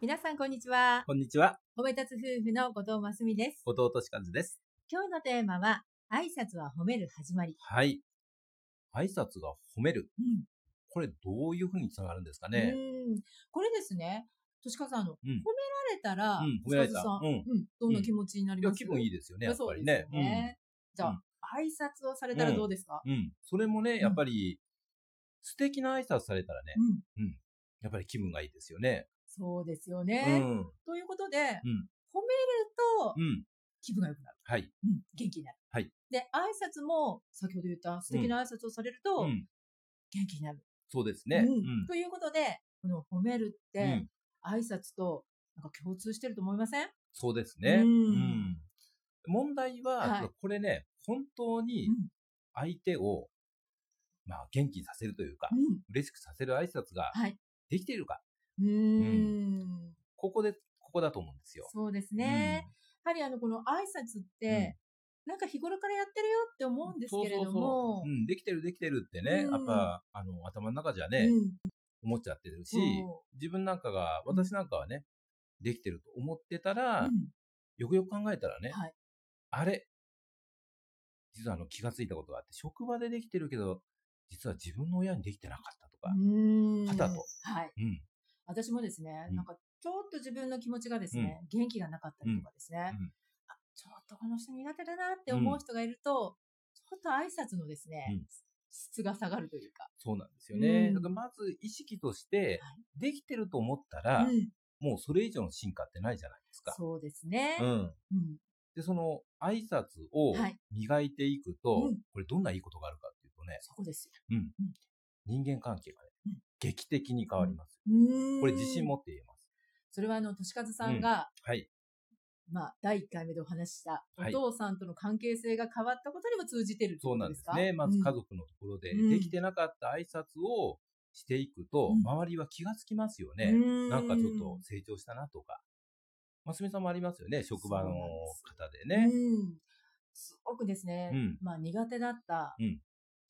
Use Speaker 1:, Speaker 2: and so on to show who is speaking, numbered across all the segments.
Speaker 1: 皆さんこんにちは。
Speaker 2: こんにちは、
Speaker 1: 褒め立つ夫婦の後藤真澄です。
Speaker 2: 後藤俊和です。
Speaker 1: 今日のテーマは、挨拶は褒める始まり。
Speaker 2: はい。挨拶が褒める。
Speaker 1: うん。
Speaker 2: これどういうふうにつながるんですか
Speaker 1: うん
Speaker 2: ね。
Speaker 1: これですね、としかさん、あの、褒
Speaker 2: うん
Speaker 1: められたら、
Speaker 2: うん褒められた
Speaker 1: 塚地さん、
Speaker 2: うん
Speaker 1: うんどんな気持ちになり
Speaker 2: いや、
Speaker 1: ます
Speaker 2: 気分いいですよね、やっ
Speaker 1: そ
Speaker 2: ぱ
Speaker 1: うで
Speaker 2: り
Speaker 1: すよ
Speaker 2: ね。
Speaker 1: ね。じゃ
Speaker 2: う
Speaker 1: あ、挨拶をされたらどうですか
Speaker 2: うん。うん。それもね、
Speaker 1: ん
Speaker 2: やっぱり、素敵な挨拶されたらね
Speaker 1: う、ん。
Speaker 2: やっぱり気分がいいですよね。
Speaker 1: そうですよ
Speaker 2: う
Speaker 1: ね。
Speaker 2: ん。
Speaker 1: ということで、褒めると
Speaker 2: うん。
Speaker 1: 気分が良くなる。
Speaker 2: はい。
Speaker 1: うん元気になる。
Speaker 2: はい
Speaker 1: で、挨拶も、先ほど言った素敵な挨拶をされると、
Speaker 2: うん。
Speaker 1: 元気になる。
Speaker 2: そうですね。う
Speaker 1: うん
Speaker 2: ん。
Speaker 1: ということで、この褒めるっ
Speaker 2: う
Speaker 1: て
Speaker 2: ん、
Speaker 1: 挨拶となんか共通してると思いません
Speaker 2: そうですね。
Speaker 1: うん
Speaker 2: うん。問題
Speaker 1: はい
Speaker 2: は、これね、本当に
Speaker 1: うん
Speaker 2: 相手を、まあ、元気にさせるというか
Speaker 1: う、ん。
Speaker 2: 嬉しくさせる挨拶が
Speaker 1: はい。
Speaker 2: できているか、
Speaker 1: うーん。
Speaker 2: ここで、ここだと思うんですよ。
Speaker 1: そうですね。やはりあの、この挨拶って、なんか日頃からやってるよって思うんですけれども
Speaker 2: う、ん、できてるできてるってね、
Speaker 1: うん
Speaker 2: やっぱ、あの、頭の中じゃ
Speaker 1: う
Speaker 2: ね、
Speaker 1: ん
Speaker 2: 思っちゃってるし、
Speaker 1: そ
Speaker 2: 自分なんかが、
Speaker 1: うん
Speaker 2: 私なんかはね、できてると思ってた
Speaker 1: う
Speaker 2: ら、
Speaker 1: うん
Speaker 2: よくよく考えたらね、
Speaker 1: はい
Speaker 2: あれ実はあの気がついたことがあって、職場でできてるけど、実は自分の親にできてなかったとか、
Speaker 1: うーん
Speaker 2: 肩と
Speaker 1: はい。
Speaker 2: うん、
Speaker 1: 私もですね、
Speaker 2: うん
Speaker 1: なんかちょっと自分の気持ちがですね、元気がなかったりとかですね、
Speaker 2: うん
Speaker 1: あちょっとこの人苦手だなって思う人がいると、ちょっと挨拶のですね、
Speaker 2: うん
Speaker 1: 質が下がるというか。
Speaker 2: そうなんですよね。
Speaker 1: うん
Speaker 2: だからまず意識として
Speaker 1: はい、
Speaker 2: できてると思った
Speaker 1: う
Speaker 2: ら、
Speaker 1: ん
Speaker 2: もうそれ以上の進化ってないじゃないですか。
Speaker 1: そうですね。
Speaker 2: うん。
Speaker 1: うん
Speaker 2: で、その挨拶を
Speaker 1: はい
Speaker 2: 磨いていくと、
Speaker 1: うん
Speaker 2: これどんないいことがあるかっていうとね、
Speaker 1: そこですよ。
Speaker 2: 人間関係がね、
Speaker 1: うん
Speaker 2: 劇的に変わります。これ自信。持って言えます。
Speaker 1: それはあの、としかずさんが、
Speaker 2: はい。
Speaker 1: まあ、第1回目でお話しした、お
Speaker 2: はい
Speaker 1: 父さんとの関係性が変わったことにも通じてるって
Speaker 2: そう
Speaker 1: こ
Speaker 2: な
Speaker 1: とで
Speaker 2: んですす
Speaker 1: か
Speaker 2: ね。まず
Speaker 1: うん
Speaker 2: 家族のところで、
Speaker 1: うん
Speaker 2: できてなかった挨拶をしていくと、
Speaker 1: うん
Speaker 2: 周りは気がつきますよね。
Speaker 1: う
Speaker 2: なんかちょっと成長したなとか。ますみさんもありますよね。職場の
Speaker 1: そうなんです
Speaker 2: 方でね。
Speaker 1: うん、すごくですね、
Speaker 2: うん
Speaker 1: まあ、苦手だった
Speaker 2: うん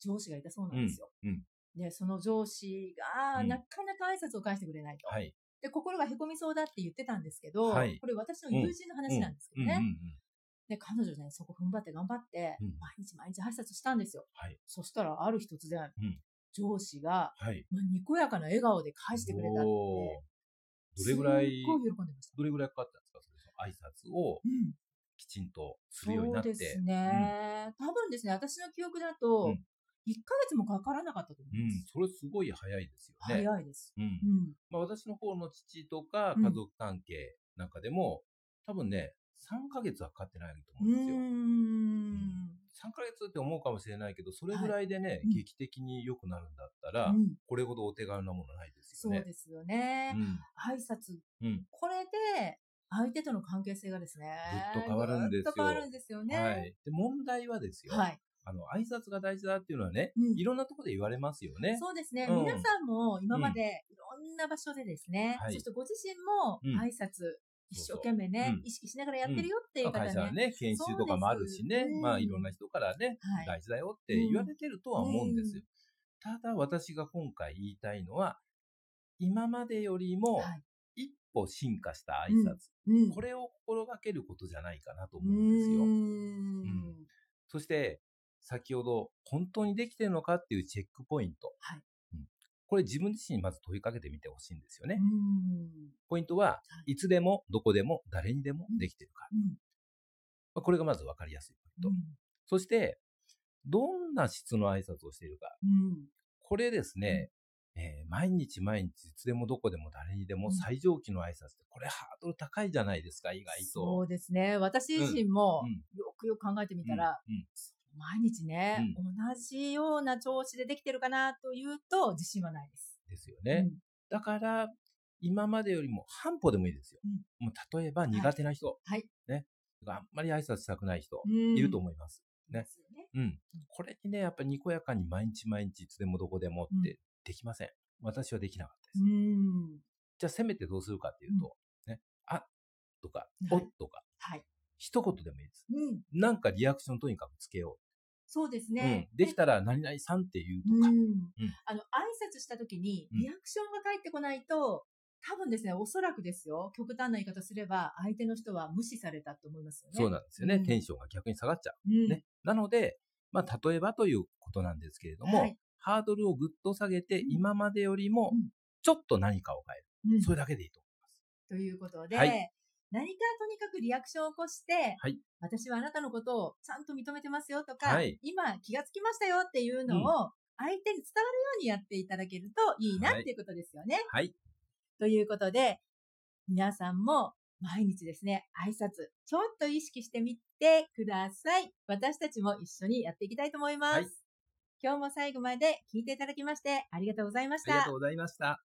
Speaker 1: 上司がいたそうなんですよ。
Speaker 2: うん
Speaker 1: で、その上司が、
Speaker 2: うん
Speaker 1: なかなか挨拶を返してくれないと、
Speaker 2: はい。
Speaker 1: で、心がへこみそうだって言ってたんですけど、
Speaker 2: はい
Speaker 1: これ私の友人の話なんですけ
Speaker 2: うん
Speaker 1: ど
Speaker 2: うん
Speaker 1: ね。
Speaker 2: うん。
Speaker 1: で、彼女ね、そこ踏ん張って頑張って、
Speaker 2: うん
Speaker 1: 毎日毎日挨拶したんですよ。
Speaker 2: はい
Speaker 1: そしたら、ある日突然、
Speaker 2: うん
Speaker 1: 上司が、
Speaker 2: はい。
Speaker 1: まあ、にこやかな笑顔で返してくれたって、
Speaker 2: おーどれぐらい
Speaker 1: すっごい喜んでました。
Speaker 2: どれぐらいかかったんですかそれ挨拶を
Speaker 1: うん
Speaker 2: きちんとするように
Speaker 1: そ
Speaker 2: な
Speaker 1: う
Speaker 2: って。
Speaker 1: ですね、多分ですね、私の記憶だと、
Speaker 2: うん
Speaker 1: 1ヶ月もかからなかったと思
Speaker 2: う
Speaker 1: いま
Speaker 2: ん、
Speaker 1: す。
Speaker 2: それすごい早いですよね。
Speaker 1: 早いです。
Speaker 2: うん
Speaker 1: う。ん。
Speaker 2: まあ私の方の父とか
Speaker 1: うん
Speaker 2: 家族関係なんかでも、多分ね、3ヶ月はかかってないと
Speaker 1: う
Speaker 2: 思うんですよ。
Speaker 1: ん。
Speaker 2: 3ヶ月って思うかもしれないけど、それぐらいでね、
Speaker 1: うん
Speaker 2: 劇的に良くなるんだったら、
Speaker 1: うん
Speaker 2: これほどお手軽なものないです
Speaker 1: そう
Speaker 2: よね。
Speaker 1: ですよね。
Speaker 2: うん。ぐ
Speaker 1: 挨拶、
Speaker 2: うん
Speaker 1: これで、相手との関係性がですね。
Speaker 2: っと変わるんです
Speaker 1: ぐっ
Speaker 2: よ。
Speaker 1: と変わるんですよね。
Speaker 2: は。い。で、問題はですよ。
Speaker 1: はい。
Speaker 2: あの、挨拶が大事だっていうのはね、
Speaker 1: うん
Speaker 2: いろんなところで言われますよね。
Speaker 1: そうですね、
Speaker 2: うん
Speaker 1: 皆さんも今までいろんな場所でですね、
Speaker 2: はい
Speaker 1: そしてご自身
Speaker 2: うん
Speaker 1: も挨拶、一生懸命
Speaker 2: そう
Speaker 1: ね
Speaker 2: そう、うん
Speaker 1: 意識しながらやってるよっていう
Speaker 2: まあ
Speaker 1: 方
Speaker 2: 会社は
Speaker 1: ね。
Speaker 2: ね、研修とかもあるしね
Speaker 1: そうで、す
Speaker 2: ま
Speaker 1: う
Speaker 2: あ
Speaker 1: ん
Speaker 2: いろんな人からね、
Speaker 1: はい
Speaker 2: 大事だよって言われてるとは思うんですよ。ただ私が今回言いたいのは、今までよりも
Speaker 1: はい
Speaker 2: 一歩進化した挨
Speaker 1: う
Speaker 2: 拶、
Speaker 1: うん
Speaker 2: これを心がけることじゃないかなと
Speaker 1: う
Speaker 2: 思うんですよ。
Speaker 1: ん
Speaker 2: そして、先ほど本当にできてるのかっていうチェックポイント。
Speaker 1: はい
Speaker 2: うんこれ自分自身にまず問いかけてみてほしいんですよ
Speaker 1: う
Speaker 2: ね。
Speaker 1: ん
Speaker 2: ポイントは、いつでも、どこでも、誰にでもできてるか。
Speaker 1: うん
Speaker 2: まあこれがまず分かりやすいポイント。そして、どんな質の挨拶をしているか。
Speaker 1: うん
Speaker 2: これですね、えー毎日毎日、いつでもどこでも誰にで
Speaker 1: う
Speaker 2: も
Speaker 1: ん
Speaker 2: 最上級の挨拶って、これハードル高いじゃないですか、意外
Speaker 1: そ
Speaker 2: と。
Speaker 1: うですね。私自身も
Speaker 2: うん、
Speaker 1: よくよく考えてみたら、
Speaker 2: うんうん
Speaker 1: 毎日ね、同じような調子でできてるかなというと、自信はないです。
Speaker 2: ですよね。
Speaker 1: うん
Speaker 2: だから、今までよりも半歩でもいいですよ。もう例えば苦手な人。
Speaker 1: はい
Speaker 2: ね。あんまり挨拶したくない人、
Speaker 1: うん
Speaker 2: いると思います。ね
Speaker 1: ですよね。
Speaker 2: うん。これにね、やっぱりにこやかに毎日毎日、いつでもどこでも
Speaker 1: うん
Speaker 2: ってできません。私はできなかったです。
Speaker 1: うん。
Speaker 2: じゃあ、せめてどうするかっていうと、ね、あとか、
Speaker 1: は
Speaker 2: お
Speaker 1: い
Speaker 2: とか、
Speaker 1: はい。
Speaker 2: 一言でもいいです。
Speaker 1: うん。
Speaker 2: なんかリアクションとにかくつけよ
Speaker 1: そうです
Speaker 2: う。
Speaker 1: ね。
Speaker 2: うん。できたら、何々さんって言う
Speaker 1: う
Speaker 2: とか。
Speaker 1: んあの、挨拶した時に、
Speaker 2: うん
Speaker 1: リアクションが返ってこないと、多分ですね、おそらくですよ、極端な言い方すれば、相手の人は無視されたと思いますよね。
Speaker 2: そうなんですよね。
Speaker 1: うん
Speaker 2: テンションが逆に下がっちゃ
Speaker 1: うん
Speaker 2: う。ね。なので、まあ、例えばということなんですけれども、
Speaker 1: はい
Speaker 2: ハードルをぐっと下げて、
Speaker 1: ん
Speaker 2: 今までよりも
Speaker 1: うん、
Speaker 2: ちょっと何かを変え
Speaker 1: うん
Speaker 2: る。それだけでいいと思います。
Speaker 1: ということで、
Speaker 2: はい
Speaker 1: 何かとにかくリアクションを起こして、
Speaker 2: はい
Speaker 1: 私はあなたのことをちゃんと認めてますよとか、
Speaker 2: はい
Speaker 1: 今気がつきましたよっていうのを相手に伝わるようにやっていただけるといいな
Speaker 2: はい
Speaker 1: っていうことですよね。
Speaker 2: はい。
Speaker 1: ということで、皆さんも毎日ですね、挨拶、ちょっと意識してみてください。私たちも一緒にやっていきたいと思います。
Speaker 2: はい
Speaker 1: 今日も最後まで聞いていただきましてありがとうございまし
Speaker 2: ありが
Speaker 1: た
Speaker 2: とう。ございました。